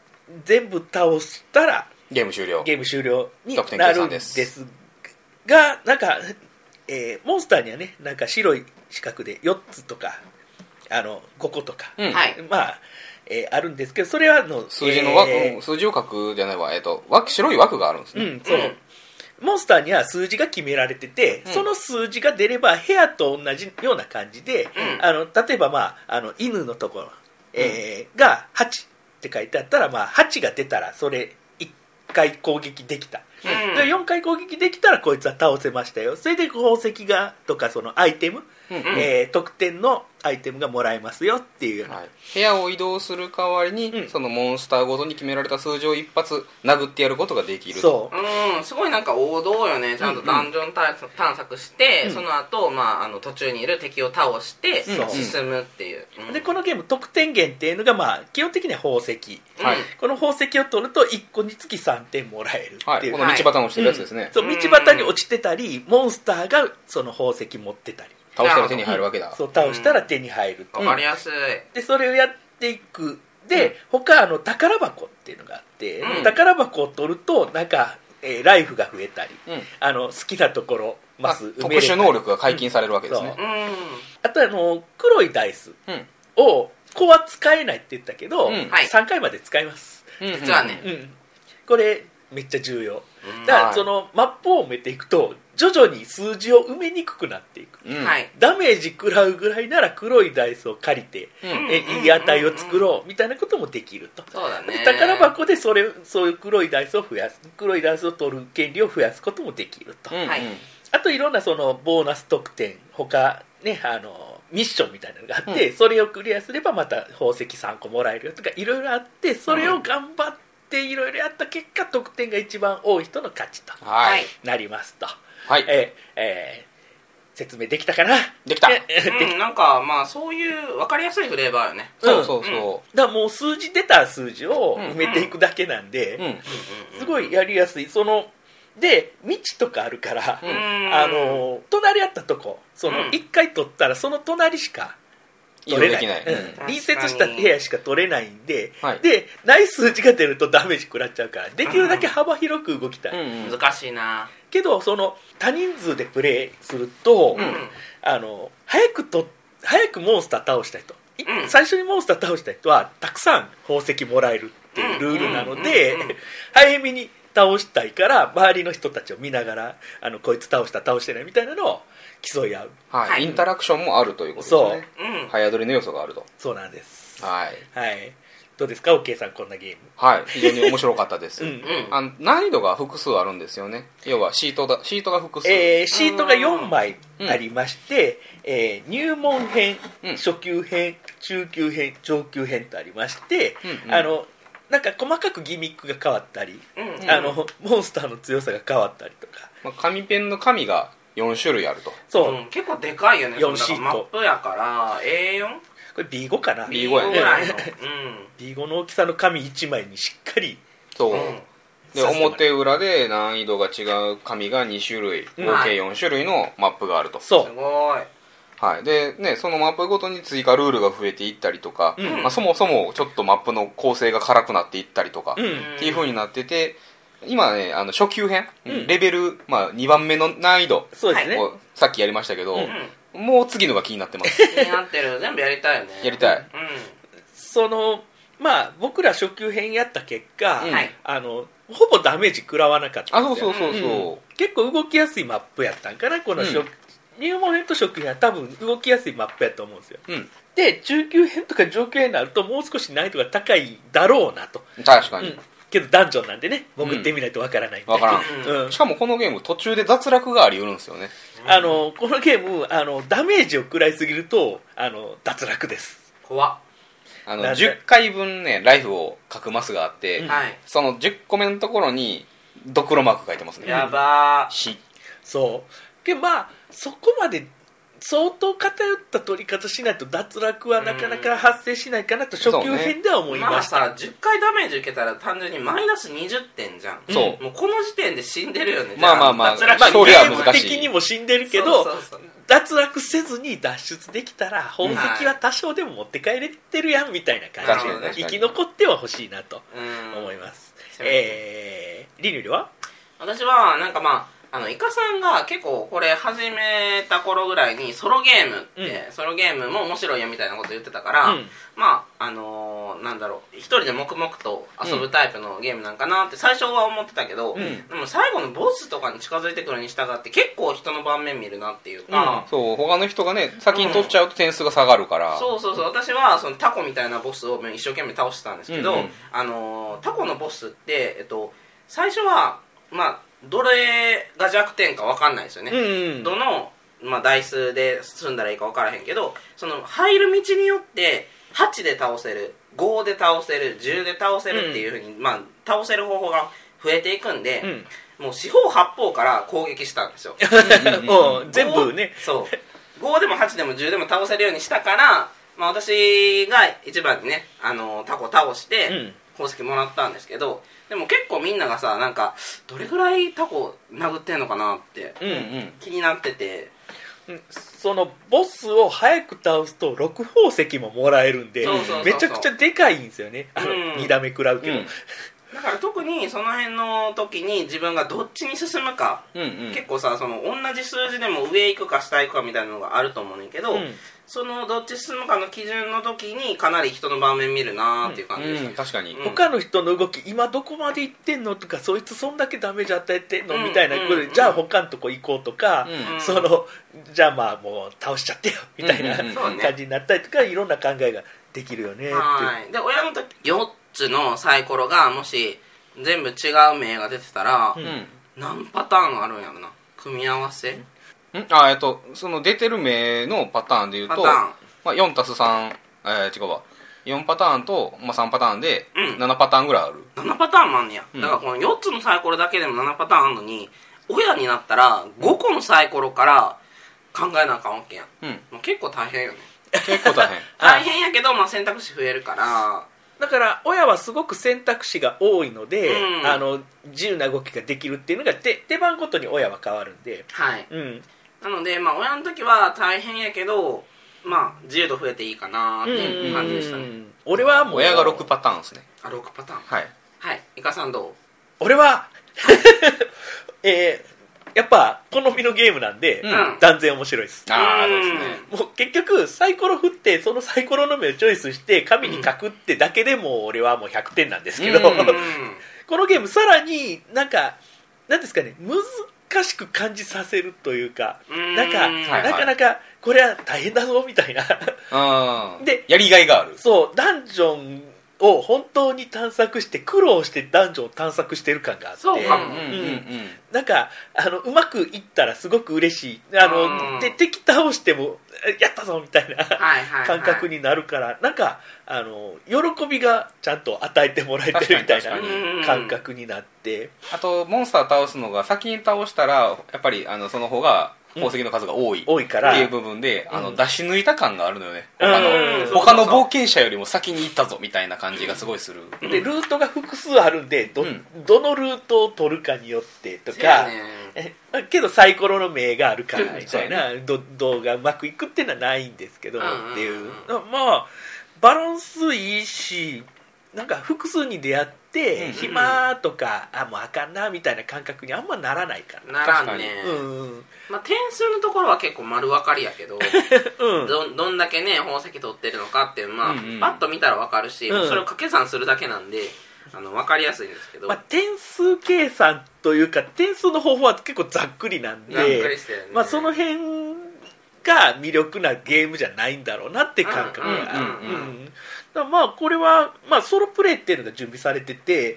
Speaker 1: 全部倒したら
Speaker 3: ゲーム終了
Speaker 1: ゲーム終了に
Speaker 3: 得点
Speaker 1: な
Speaker 3: 計
Speaker 1: るん
Speaker 3: 算
Speaker 1: で
Speaker 3: です
Speaker 1: すがなんか、えーモンスターにはねなんか白い四角で4つとかあの5個とか、
Speaker 3: うん
Speaker 2: はい
Speaker 1: まあ、えーあるんですけどそれはあの
Speaker 3: 数字の枠、
Speaker 1: えー
Speaker 3: 数字を書くじゃないわ、えっと枠白い枠があるんです
Speaker 1: う
Speaker 3: ね、
Speaker 1: んそう、
Speaker 2: うん
Speaker 1: モンスターには数字が決められてて、
Speaker 3: うん
Speaker 1: その数字が出れば部屋と同じような感じで、
Speaker 2: うん
Speaker 1: あの例えば、まあ、あの犬のところ、えーが8って書いてあったら、まあ、8が出たらそれ1回攻撃できた、
Speaker 2: うん
Speaker 1: で4回攻撃できたらこいつは倒せましたよそれで宝石がとかそのアイテム、
Speaker 3: うん
Speaker 2: うん
Speaker 1: えー得点のアイテムがもらえますよっていうような、
Speaker 3: はい、部屋を移動する代わりに、
Speaker 1: うん
Speaker 3: そのモンスターごとに決められた数字を一発殴ってやることができる
Speaker 1: そう
Speaker 2: うん、すごいなんか王道よねちゃんとダンジョン探索探索して、
Speaker 1: うん
Speaker 2: その後、まああの途中にいる敵を倒して
Speaker 1: そう
Speaker 2: 進むっていう、うん
Speaker 1: でこのゲーム得点源っていうのが、まあ、基本的には宝石
Speaker 3: はい
Speaker 1: この宝石を取ると1個につき3点もらえるっ
Speaker 3: は
Speaker 1: てい
Speaker 3: い、
Speaker 1: う、
Speaker 3: この道端を押してるやつですね、
Speaker 1: そう道端に落ちてたりモンスターがその宝石持ってたり
Speaker 3: 倒したら手に入るわけだ
Speaker 1: そう倒したら手に入ると、
Speaker 2: わかりやすい、
Speaker 1: でそれをやっていくで、他あの宝箱っていうのがあって、
Speaker 2: うん
Speaker 1: 宝箱を取るとなんか、えーライフが増えたり
Speaker 3: うん
Speaker 1: あの好きなところまず
Speaker 3: 特殊能力が解禁されるわけです
Speaker 1: うん
Speaker 3: ね
Speaker 1: そ
Speaker 2: うん
Speaker 1: あとあの黒いダイス
Speaker 3: うん
Speaker 1: をここは使えないって言ったけど、
Speaker 3: うん
Speaker 2: はい
Speaker 1: 3回まで使います、
Speaker 3: うん
Speaker 2: 実はね
Speaker 1: うん、これめっちゃ重要
Speaker 2: うん
Speaker 1: だか
Speaker 3: は
Speaker 1: ら
Speaker 3: い
Speaker 1: そのマップを埋めていくと徐々に数字を埋めにくくなっていく
Speaker 3: うん
Speaker 2: はい
Speaker 1: ダメージ食らうぐらいなら黒いダイスを借りて、
Speaker 3: う
Speaker 2: うん
Speaker 3: ん
Speaker 1: えいい値を作ろうみたいなこともできると
Speaker 2: そうだね
Speaker 1: 宝箱でそれそういう黒いダイスを増やす黒いダイスを取る権利を増やすこともできると、
Speaker 3: うん
Speaker 2: はい
Speaker 1: あといろんなそのボーナス得点他ねあのミッションみたいなのがあって、それをクリアすればまた宝石3個もらえるよとかいろいろあってそれを頑張っていろいろやった結果得点が一番多い人の勝ちと
Speaker 3: はい
Speaker 1: なりますと、
Speaker 3: はい
Speaker 1: えーえー説明できたかな
Speaker 3: できた
Speaker 1: ええ
Speaker 2: うんなんかまあそういう分かりやすいフレーバーよね
Speaker 3: そうそうそ
Speaker 1: だからもう数字出た数字を埋めていくだけなんで、
Speaker 3: ううん
Speaker 1: すごいやりやすいそので道とかあるから、
Speaker 3: う
Speaker 1: あの隣あったとこその
Speaker 2: うん
Speaker 1: 1回取ったらその隣しか
Speaker 3: 移
Speaker 1: 取
Speaker 3: 動
Speaker 1: れ
Speaker 3: で
Speaker 1: ない
Speaker 3: きない
Speaker 1: うん
Speaker 2: かに
Speaker 1: 隣接した部屋しか取れないんで、
Speaker 3: はい
Speaker 1: でない数字が出るとダメージ食らっちゃうからできるだけ幅広く動きたい、
Speaker 3: うんうん
Speaker 2: 難しいな
Speaker 1: けどその多人数でプレイすると、
Speaker 3: うん
Speaker 1: あの早くと早くモンスター倒した人、い
Speaker 2: うん
Speaker 1: 最初にモンスター倒した人はたくさん宝石もらえるっていうルールなので、
Speaker 2: うんうんうんうん
Speaker 1: 早めに倒したいから周りの人たちを見ながらあのこいつ倒した倒してないみたいなのを競い合う
Speaker 3: は
Speaker 2: はいい
Speaker 3: インタラクションもあるということ
Speaker 1: そ
Speaker 3: で
Speaker 1: う
Speaker 3: すね
Speaker 2: うん
Speaker 3: 早取りの要素があると
Speaker 1: そうなんです
Speaker 3: はい
Speaker 1: はいどうですか OK さんこんなゲ
Speaker 3: はい非常に面白かったで
Speaker 1: ー
Speaker 3: す
Speaker 1: ム、うん
Speaker 2: うん
Speaker 3: あの難易度が複数あるんですよね要はシートだシートが複数
Speaker 1: えーシートが4枚ありまして、えー入門編、
Speaker 3: うん
Speaker 1: 初級編中級編上級編とありまして、
Speaker 3: うんうん
Speaker 1: あのなんか細かくギミックが変わったり、
Speaker 2: うん
Speaker 1: あのモンスターの強さが変わったりとか
Speaker 3: まあ紙ペンの紙が4種類あると
Speaker 1: そう、
Speaker 2: うん結構でかいよね
Speaker 1: 四シート
Speaker 2: そのなんかマップやから A4?
Speaker 1: これ B5 かな
Speaker 3: B5 やね
Speaker 2: ぐらいの
Speaker 1: [laughs] B5 の大きさの紙1枚にしっかり
Speaker 3: そう、
Speaker 2: うんうん
Speaker 3: で
Speaker 1: させてもら
Speaker 3: 表
Speaker 1: う
Speaker 3: 裏で難易度が違う紙が2種類合計
Speaker 2: はい
Speaker 3: 4種類のマップがあると、
Speaker 1: そ
Speaker 2: す
Speaker 1: う
Speaker 2: ごい
Speaker 3: はいでね、そのマップごとに追加ルールが増えていったりとか、
Speaker 1: うん
Speaker 3: まあ、そもそもちょっとマップの構成が辛くなっていったりとか、
Speaker 1: うん、
Speaker 3: っ
Speaker 2: ん
Speaker 3: ていう風になってて今ねあの初級編、
Speaker 1: うん
Speaker 3: レベル、まあ、2番目の難易度
Speaker 1: そうですね、
Speaker 3: をさっきやりましたけど、
Speaker 1: うん
Speaker 3: もう次のが気になってます
Speaker 1: [laughs]
Speaker 2: 気になってる全部やりたいよね
Speaker 3: やりたい
Speaker 2: うん
Speaker 1: そのまあ僕ら初級編やった結果、
Speaker 3: うん
Speaker 2: はい
Speaker 1: あのほぼダメージ食らわなかった
Speaker 3: あそ
Speaker 1: んで
Speaker 3: う
Speaker 1: すよ
Speaker 3: そうそうそう、
Speaker 1: 結構動きやすいマップやったんかなこの初、
Speaker 3: うん
Speaker 1: 入門編と初級編は多分動きやすいマップやと思うんですよ
Speaker 3: うん
Speaker 1: で中級編とか上級編になるともう少し難易度が高いだろうなと、
Speaker 3: 確か
Speaker 1: う
Speaker 3: に、
Speaker 1: ん、けどダンジョンなんでね潜ってみないとわからないみたい
Speaker 3: わからん
Speaker 1: な、うん
Speaker 3: しかもこのゲーム途中で脱落がありうるんですよね
Speaker 1: あのこのゲームあのダメージを食らいすぎるとあの脱落です
Speaker 2: 怖っ
Speaker 3: あの
Speaker 1: なんで
Speaker 3: 10回分ねライフを書くマスがあって、
Speaker 1: うん
Speaker 2: はい
Speaker 3: その10個目のところにドクロマーク書いてますね
Speaker 2: やば
Speaker 3: し
Speaker 1: そうけどまあそこまで相当偏った取り方しないと脱落はなかなか発生しないかなと初級編では思い
Speaker 2: ま
Speaker 1: ま
Speaker 2: あ
Speaker 1: した、
Speaker 2: さ10回ダメージ受けたら単純にマイナス20点じゃん
Speaker 3: そう、
Speaker 1: うん
Speaker 2: もうこの時点で死んでるよね
Speaker 3: まあまあまあ
Speaker 2: じゃ脱
Speaker 3: まあ
Speaker 2: 落し
Speaker 3: それ
Speaker 2: て
Speaker 3: は
Speaker 2: る
Speaker 1: ゲー
Speaker 3: 難しい
Speaker 1: ム的にも死んでるけど
Speaker 2: そうそうそう
Speaker 1: 脱落せずに脱出できたら宝石は多少でも持って帰れてるやんみたいな感じ
Speaker 2: うん確かに
Speaker 1: で、
Speaker 2: 確か
Speaker 1: 生
Speaker 3: に
Speaker 1: き残ってはほしいなと
Speaker 2: うん
Speaker 1: 思います、
Speaker 2: うん
Speaker 1: えー、リニュールは
Speaker 2: 私はなんかまああのイカさんが結構これ始めた頃ぐらいにソロゲームって、ソロゲームも面白いよみたいなこと言ってたから、
Speaker 1: うん
Speaker 2: まああのーなんだろう一人で黙々と遊ぶタイプのゲームなんかなって最初は思ってたけど、
Speaker 1: ん
Speaker 2: でも最後のボスとかに近づいてくるに従って結構人の盤面見るなっていうか、
Speaker 3: そう他の人がね先に取っちゃうと点数が下がるから、
Speaker 2: そうそうそう私はそのタコみたいなボスを一生懸命倒してたんですけど、
Speaker 3: うんうん
Speaker 2: あのータコのボスって、えっと、最初はまあどれが弱点か分かんないですよね、
Speaker 1: うん
Speaker 2: どの、まあ、ダイスで進んだらいいか分からへんけどその入る道によって8で倒せる5で倒せる10で倒せるっていうふうに、まあ、倒せる方法が増えていくんで、
Speaker 1: うん
Speaker 2: もう四方八方から攻撃したんですよ
Speaker 1: もう全部ね
Speaker 2: 5そう5でも8でも10でも倒せるようにしたから、まあ、私が一番にねあのタコ倒して、
Speaker 1: うん
Speaker 2: 宝石もらったんですけどでも結構みんながさなんかどれぐらいタコ殴ってんのかなって
Speaker 1: うん
Speaker 3: うん
Speaker 2: 気になってて
Speaker 1: うんそのボスを早く倒すと6宝石ももらえるんで
Speaker 2: そうそうそうそう
Speaker 1: めちゃくちゃでかいんですよねあの、
Speaker 2: うん
Speaker 1: 2打目食らうけど、
Speaker 3: うん
Speaker 2: だから特にその辺の時に自分がどっちに進むか、
Speaker 3: うんうん
Speaker 2: 結構さその同じ数字でも上行くか下行くかみたいなのがあると思うねんけど、
Speaker 1: うん
Speaker 2: そのどっち進むかの基準の時にかなり人の場面見るなーっていう感じです
Speaker 3: うん
Speaker 2: ね、
Speaker 3: 確かに、
Speaker 2: うん
Speaker 1: 他の人の動き今どこまで行ってんのとかそいつそんだけダメージ与えてんの
Speaker 2: うん
Speaker 1: みたいなこと
Speaker 2: う
Speaker 1: で
Speaker 2: ん
Speaker 1: じゃあ他のとこ行こうとか、
Speaker 3: うん
Speaker 1: そのじゃあまあもう倒しちゃってよみたいな
Speaker 3: うんうんうん
Speaker 2: そうね
Speaker 1: 感じになったりとかいろんな考えができるよねっていう
Speaker 2: はいで親の時4つのサイコロがもし全部違う名が出てたら、
Speaker 1: うん
Speaker 2: 何パターンあるんやろな組み合わせ
Speaker 3: うんんあえっとその出てる目のパターンで言う
Speaker 2: パ
Speaker 3: と、
Speaker 2: ターン
Speaker 3: まあ、4たす3、えー、違うわ4パターンと、まあ、3パターンで
Speaker 2: うん
Speaker 3: 7パターンぐらいある、
Speaker 2: 7パターンもあんねや、
Speaker 3: うん
Speaker 2: だからこの4つのサイコロだけでも7パターンあんのに親になったら5個のサイコロから考えなあかんわけやん
Speaker 3: うん、
Speaker 2: もう結構大変よね
Speaker 3: 結構
Speaker 2: [laughs]
Speaker 3: 大変
Speaker 2: 大変やけど、まあ、選択肢増えるから
Speaker 1: だから親はすごく選択肢が多いので、
Speaker 2: うん
Speaker 1: あの自由な動きができるっていうのがで出番ごとに親は変わるんで、
Speaker 2: はい
Speaker 1: うん、
Speaker 2: なのでまあ親の時は大変やけどまあ自由度増えていいかなっていう感じでしたね、
Speaker 1: うん俺はもう
Speaker 3: 親が6パターンですね
Speaker 2: あ6パターン
Speaker 3: はい
Speaker 2: はいイカさんど
Speaker 1: 俺は [laughs] えーやっぱ好みのゲームなんで、
Speaker 3: う
Speaker 2: う、
Speaker 3: ん
Speaker 1: 断然面白いです
Speaker 3: ああそうですね
Speaker 1: もう結局サイコロ振ってそのサイコロの目をチョイスして紙に書くってだけでもう俺はもう100点なんですけど、 [laughs]
Speaker 3: うん
Speaker 1: このゲームさらになんかなんですかね難しく感じさせるというか
Speaker 2: うん
Speaker 1: なんか、
Speaker 3: はい
Speaker 1: なかなかこれは大変だぞみたいな [laughs]
Speaker 3: あー
Speaker 1: で
Speaker 3: やりがいがある
Speaker 1: そうダンジョンを本当に探索して苦労してダンジョンを探索してる感があって
Speaker 2: そうかも
Speaker 3: うんうんうん
Speaker 1: なんかあのうまくいったらすごく嬉しいあ
Speaker 2: うん
Speaker 1: ので敵倒してもえやったぞみたいな
Speaker 2: はいはい、はい、
Speaker 1: 感覚になるから、なんかあの喜びがちゃんと与えてもらえてるみた
Speaker 3: 確
Speaker 1: い
Speaker 3: か
Speaker 2: 確
Speaker 3: に
Speaker 2: かに
Speaker 1: な感覚になって、
Speaker 3: あとモンスター倒すのが先に倒したらやっぱりあのその方が宝石の数が多い、
Speaker 1: 多いから
Speaker 3: っていう部分で、あ
Speaker 1: う
Speaker 3: の
Speaker 1: ん
Speaker 3: 出し抜いた感があるのよね、
Speaker 1: うん
Speaker 3: 他
Speaker 2: うん
Speaker 3: の他の冒険者よりも先に行ったぞみたいな感じがすごいする、
Speaker 1: でルートが複数あるんでど,、
Speaker 3: うん
Speaker 1: どのルートを取るかによってと
Speaker 2: せや
Speaker 1: か、
Speaker 2: ね
Speaker 1: えけどサイコロの目があるからみたいな、
Speaker 3: う
Speaker 1: どどうがうまくいくっていうのはないんですけど、
Speaker 2: うんうんうん
Speaker 1: っていうまあバランスいいしなんか複数に出会っ
Speaker 3: うん
Speaker 1: て、
Speaker 3: うん
Speaker 1: 暇とかあもうあかんなみたいな感覚にあんまならないから、
Speaker 2: ならんね
Speaker 3: 確、
Speaker 1: うんうん
Speaker 2: まあ、点数のところは結構丸分かりやけど
Speaker 1: うん
Speaker 2: どどんだけね宝石取ってるのかっていうまあ、
Speaker 3: うんうん
Speaker 2: パッと見たら分かるし、
Speaker 1: うん
Speaker 2: それを掛け算するだけなんであの分かりやすいんですけど、
Speaker 1: まあ、点数計算というか点数の方法は結構ざっくりなんで
Speaker 2: ざっくりしてるよね
Speaker 1: まあ、その辺が魅力なゲームじゃないんだろうなって感覚がある
Speaker 2: うんうんうんうん
Speaker 1: うんだからまあこれは、まあ、ソロプレイっていうのが準備されてて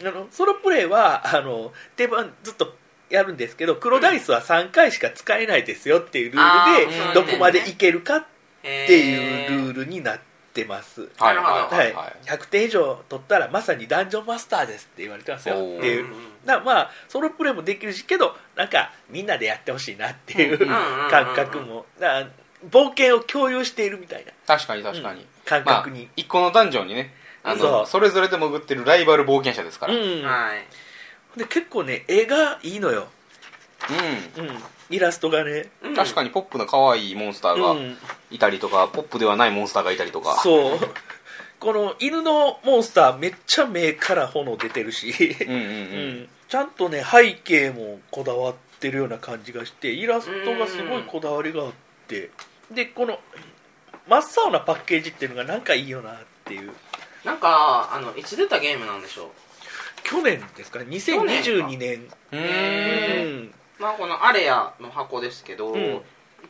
Speaker 2: う、ん
Speaker 1: あのソロプレイはあの定番ずっとやるんですけど黒ダイスは3回しか使えないですよっていうルールで、
Speaker 3: あー
Speaker 1: どこまでいけるかっ
Speaker 2: へー
Speaker 1: ていうルールになってます。
Speaker 2: なるほど
Speaker 1: はい、100点以上取ったらまさにダンジョンマスターですって言われてますよって
Speaker 3: おー
Speaker 1: いうだからまあソロプレイもできるしけどなんかみんなでやってほしいなっていう、
Speaker 3: うんうん
Speaker 1: 感覚もだから冒険を共有しているみたいな
Speaker 3: 確かに確かに、
Speaker 1: うん感覚に
Speaker 3: まあ、一個のダンジョンにねあ
Speaker 1: そ
Speaker 3: の
Speaker 1: う
Speaker 3: それぞれで潜ってるライバル冒険者ですから、
Speaker 1: う
Speaker 3: うん
Speaker 1: ん、
Speaker 2: はい
Speaker 1: で結構ね絵がいいのよ、うん、イラストがね
Speaker 2: うん
Speaker 3: 確かにポップの可愛いモンスター
Speaker 1: う
Speaker 3: が
Speaker 1: ん
Speaker 3: いたりとか、ポップではないモンスターがいたりとか
Speaker 1: そうこの犬のモンスターめっちゃ目から炎出てるし
Speaker 3: うんうんう
Speaker 1: うんんちゃんとね背景もこだわってるような感じがしてイラストがすごいこだわりがあってでこの真っ青なパッケージっていうのがなんかいいよなっていう
Speaker 2: なんかあのいつ出たゲームなんでしょ
Speaker 1: 去年ですかね2022年
Speaker 3: う
Speaker 1: う
Speaker 2: へー
Speaker 3: ん
Speaker 1: ん
Speaker 2: うまあこのアレアの箱ですけど、
Speaker 1: うん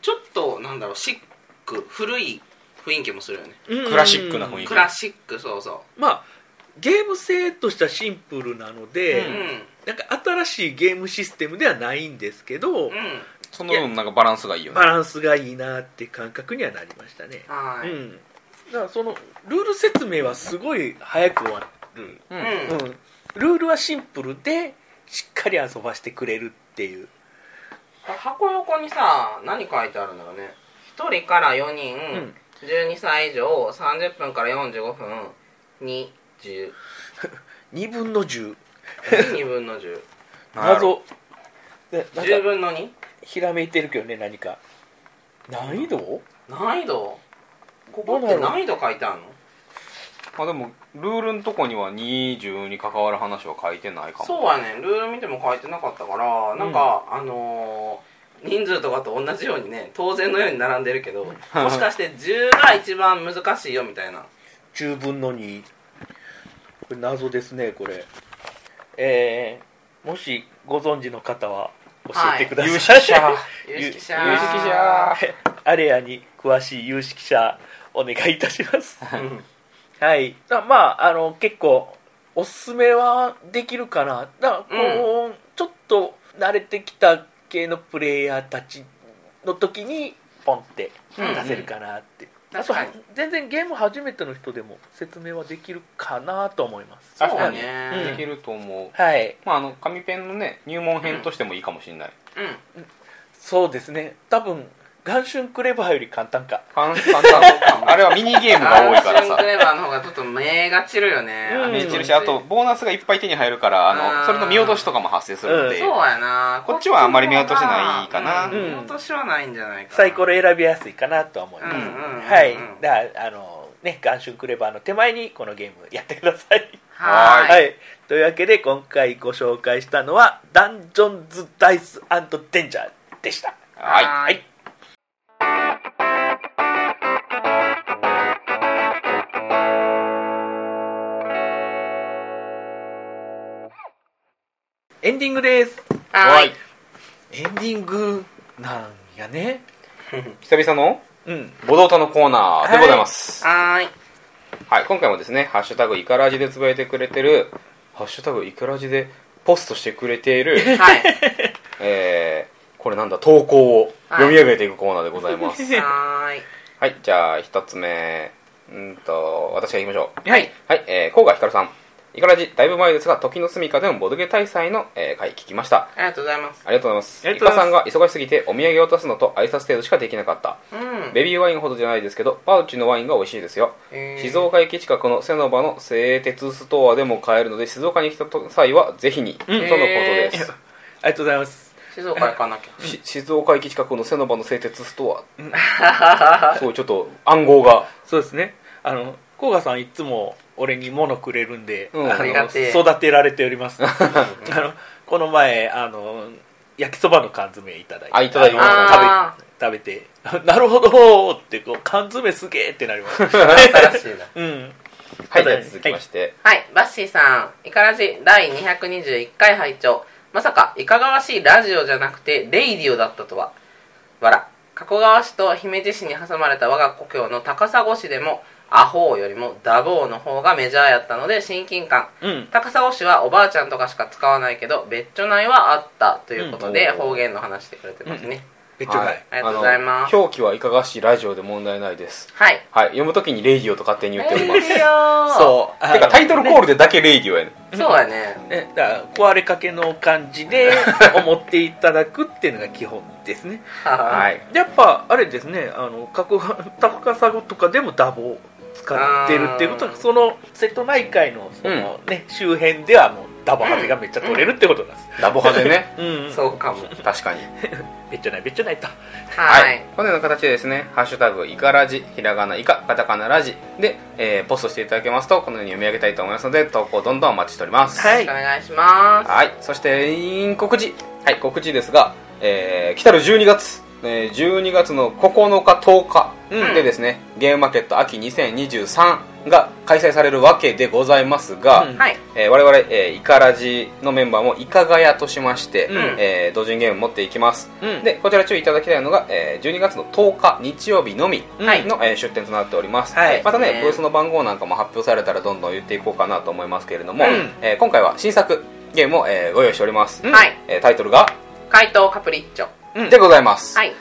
Speaker 2: ちょっとなんだろうシック古い雰囲気もするよね
Speaker 1: うん
Speaker 3: クラシックな雰囲気
Speaker 2: クラシックそうそ
Speaker 1: まあゲーム性としてはシンプルなので、
Speaker 2: うう
Speaker 3: うんん
Speaker 1: なんか新しいゲームシステムではないんですけ
Speaker 2: う
Speaker 1: ど、
Speaker 2: ん
Speaker 3: その分なんかバランスがいいよね
Speaker 1: バランスがいいなって感覚にはなりましたね、
Speaker 2: はい、
Speaker 1: うん、だからそのルール説明はすごい早く終わる、
Speaker 3: う
Speaker 2: うんん
Speaker 1: うん、ルールはシンプルでしっかり遊ばしてくれるっていう
Speaker 2: 箱横にさ何書いてあるんだろうね1人から4人、
Speaker 1: ん
Speaker 2: 12歳以上30分から45分2 1
Speaker 1: 2分の10
Speaker 2: 2分の1010
Speaker 3: なんやろ
Speaker 1: 謎でなんか
Speaker 2: 分の2
Speaker 1: ひらめいてるけどね何か難易度
Speaker 2: 難易度ここって難易度書いてあるの
Speaker 3: まあでもルールのとこには20に関わる話は書いてないかも
Speaker 2: そうやねルール見ても書いてなかったからなんか、あのー人数とかと同じようにね当然のように並んでるけどもしかして10が一番難しいよみたいな
Speaker 1: 10分の2これ謎ですねこれえー、もしご存知の方は教えてください、
Speaker 3: 勇者
Speaker 1: [laughs]
Speaker 3: 者
Speaker 2: [laughs] 有識者
Speaker 3: 有識者
Speaker 1: アレアに詳しい有識者お願いいたします
Speaker 2: うん
Speaker 1: はいだまああの結構おすすめはできるかなだこう、ちょっと慣れてきた系のプレイヤーたちの時にポンって出せるかなって、
Speaker 2: 確かに
Speaker 1: あと全然ゲーム初めての人でも説明はできるかなと思います
Speaker 2: そう
Speaker 3: 確かに
Speaker 2: ね
Speaker 3: できると思う
Speaker 1: はい
Speaker 3: まああの紙ペンのね入門編としてもいいかもしれない
Speaker 2: うん
Speaker 1: そうですね多分元春クレバーより簡単か
Speaker 3: 簡単 [laughs] だあれはミニゲームが多いから
Speaker 2: アンシェン
Speaker 3: さ
Speaker 2: クレバーの方がちょっと目が散るよね、
Speaker 1: うん
Speaker 2: あの
Speaker 3: 目印あとボーナスがいっぱい手に入るからあ
Speaker 2: あー
Speaker 3: のそれの見落としとかも発生するの
Speaker 2: そう
Speaker 3: で、
Speaker 2: やな
Speaker 3: こっちはあんまり見落としないか
Speaker 2: う
Speaker 3: な
Speaker 2: ん
Speaker 1: うん
Speaker 2: 見落としはないんじゃないかな
Speaker 1: サイコロ選びやすいかなとは思います、
Speaker 2: うんうんうんうん
Speaker 1: はいだからあのね元春クレバーの手前にこのゲームやってください
Speaker 2: はーい
Speaker 1: というわけで今回ご紹介したのは「ダンジョンズ・ダイス・アンド・デンジャー」でした
Speaker 3: はい
Speaker 2: はーい
Speaker 1: エンディングです
Speaker 2: はーい
Speaker 1: エンディングなんやね
Speaker 3: 久々の
Speaker 1: うん
Speaker 3: ボドータのコーナーでございます、はい
Speaker 2: はーい
Speaker 3: 今回もですね「ハッシュタグイカラジ」でつぶやいてくれてる「ハッシュタグイカラジ」でポストしてくれている
Speaker 2: [laughs]
Speaker 3: [laughs]
Speaker 2: はい
Speaker 3: えー、これなんだ投稿を読み上げていくコーナーでございますはい、
Speaker 2: はーい
Speaker 3: じゃあ一つ目うんと私が言いましょう
Speaker 2: はい
Speaker 3: はい、えー、甲賀ひかるさんイカラジだいぶ前ですが時の住みかでもボドゲ大祭の、えー回聞きました
Speaker 2: ありがとうございます
Speaker 3: ありがとうございます
Speaker 1: あり
Speaker 3: イ
Speaker 1: がと
Speaker 3: カ
Speaker 1: うござ
Speaker 3: さ
Speaker 1: い
Speaker 3: んが忙しすぎてお土産を渡すのと挨拶程度しかできなかった
Speaker 2: うん
Speaker 3: ベビーワインほどじゃないですけどパウチのワインが美味しいですよ
Speaker 2: えー
Speaker 3: 静岡駅近くの瀬の場の製鉄ストアでも買えるので静岡に来た際はぜひに、とのことです、
Speaker 1: ありがとうございます
Speaker 2: 静岡行かなきゃ
Speaker 3: し静岡駅近くの瀬の場の製鉄スト
Speaker 2: [laughs]
Speaker 3: アそうちょっと暗号が
Speaker 1: そうですねあの甲賀さんいつも俺に物くれるんで、
Speaker 3: うん
Speaker 1: あ
Speaker 3: あ
Speaker 1: の
Speaker 2: りがてえ
Speaker 1: 育てられておりますあのこの前あの焼きそばの缶詰いただいて
Speaker 3: あいただきました
Speaker 1: あの食べ食べて [laughs] なるほどーってこう缶詰すげえってなりま
Speaker 3: [laughs]
Speaker 1: した
Speaker 2: 新しいな
Speaker 1: うん
Speaker 3: はい
Speaker 1: た
Speaker 3: じ
Speaker 1: だ
Speaker 3: ゃあ続きまして、
Speaker 2: はい、バッシーさん、イカラジ第221回拝聴まさか、いかがわしいラジオじゃなくて、レイディオだったとは。わら。加古川市と姫路市に挟まれた我が故郷の高砂市でも、アホーよりもダボーの方がメジャーやったので親近感。
Speaker 1: うん
Speaker 2: 高砂市はおばあちゃんとかしか使わないけど、別所内はあったということで、
Speaker 3: うん
Speaker 2: 方言の話してくれてますね。
Speaker 1: 別所
Speaker 3: はい
Speaker 1: 外
Speaker 2: ありがとうございます
Speaker 3: あの表記はいかがわしいラジオで問題ないです
Speaker 2: はい。
Speaker 3: はい読むときにレイディオと勝手に言っております
Speaker 2: レイディオ
Speaker 1: そうあの
Speaker 3: てかタイトルコールでだけレイディオやね
Speaker 2: そうやね。
Speaker 1: ね、だから壊れかけの感じで思っていただくっていうのが基本ですね
Speaker 2: は。
Speaker 3: [laughs] はいい
Speaker 1: やっぱあれですねあの過去高砂とかでもダボを使ってるっていうこと
Speaker 2: あ
Speaker 1: は
Speaker 2: ー
Speaker 1: その瀬戸内海のその、ね周辺ではもうダボハゼがめっちゃ取れるってことなんです
Speaker 3: ダボ派で
Speaker 1: [laughs]
Speaker 3: ね
Speaker 1: うん、うん、
Speaker 2: [laughs] そうかも。
Speaker 3: 確かに
Speaker 1: べっちょないべっちょないと
Speaker 2: はい。
Speaker 3: このような形でですね「ハッシュタグイカラジ」ひらがなイカカタカナラジで、えーポストしていただけますとこのように読み上げたいと思いますので投稿どんどんお待ちしております
Speaker 1: はい
Speaker 2: よろしくお願いします。
Speaker 3: はいそして告知はい告知ですが、えー来たる12月えー12月の9日10日
Speaker 1: うん
Speaker 3: でですね、ゲームマーケット秋2023が開催されるわけでございますが、
Speaker 1: うん
Speaker 2: はい。
Speaker 3: えー我々、えーイカラジのメンバーもイカガヤとしまして、
Speaker 1: うん
Speaker 3: えー同人ゲーム持っていきます、
Speaker 1: うん
Speaker 3: でこちら注意いただきたいのが、えー12月の10日日曜日のみの、
Speaker 1: はい
Speaker 3: えー出店となっております、
Speaker 1: はい
Speaker 3: またね
Speaker 2: ね
Speaker 3: ブースの番号なんかも発表されたらどんどん言っていこうかなと思いますけれども、
Speaker 1: うん
Speaker 3: えー今回は新作ゲームを、えーご用意しております、
Speaker 1: うん
Speaker 2: はい。
Speaker 3: えータイトルが、
Speaker 2: 怪盗カプリッチョ。
Speaker 1: うん
Speaker 3: でございます
Speaker 2: はい、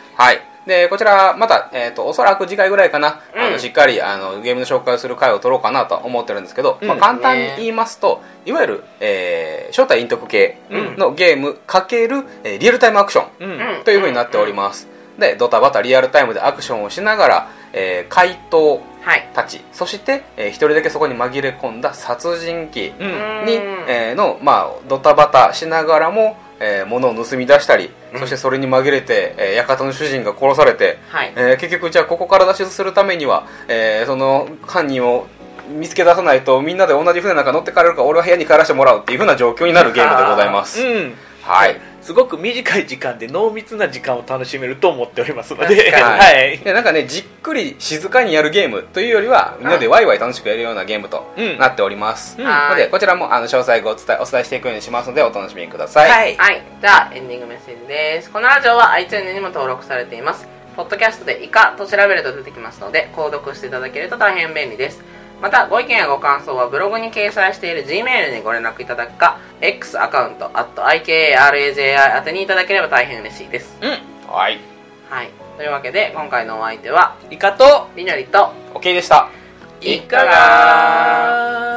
Speaker 3: でこちらまた、えー、とおそらく次回ぐらいかな、
Speaker 2: うん
Speaker 3: あのしっかりあのゲームの紹介をする回を取ろうかなと思ってるんですけど、
Speaker 1: うん
Speaker 3: まあ、簡単に言いますと、いわゆる、えー正体隠匿系のゲーム×、えーリアルタイムアクション、
Speaker 1: うんうん
Speaker 2: うん
Speaker 3: というふうになっております、でドタバタリアルタイムでアクションをしながら、えー怪盗
Speaker 2: はい。
Speaker 3: たちそして、えー一人だけそこに紛れ込んだ殺人鬼に、
Speaker 1: うん
Speaker 2: うん
Speaker 3: えーの、まあ、ドタバタしながらも、えー物を盗み出したり、
Speaker 2: うん
Speaker 3: そしてそれに紛れて、えー館の主人が殺されて、
Speaker 2: はい
Speaker 3: えー結局じゃあここから脱出するためには、えーその犯人を見つけ出さないとみんなで同じ船なんか乗って帰れるから俺は部屋に帰らせてもらうっていう風な状況になるゲームでございます、
Speaker 1: うん
Speaker 3: はい
Speaker 1: すごく短い時間で濃密な時間を楽しめると思っておりますので、
Speaker 2: 確か
Speaker 1: は
Speaker 3: はいい、でなんかねじっくり静かにやるゲームというよりはみんなでワイワイ楽しくやるようなゲームと
Speaker 1: うん
Speaker 3: なっております、
Speaker 1: うん
Speaker 3: なのでこちらもあの詳細をお伝えお伝えしていくようにしますのでお楽しみください、
Speaker 2: はい、じゃあエンディングメッセージですこのラジオは iTunes にも登録されていますポッドキャストで「イカ」と調べると出てきますので購読していただけると大変便利ですまたご意見やご感想はブログに掲載している G メールにご連絡いただくか X アカウント IKARAJI 宛てにいただければ大変嬉しいです
Speaker 3: はい、
Speaker 2: はいというわけで今回のお相手は
Speaker 1: イカと
Speaker 2: りのりと
Speaker 3: オッ OK でした
Speaker 2: いかが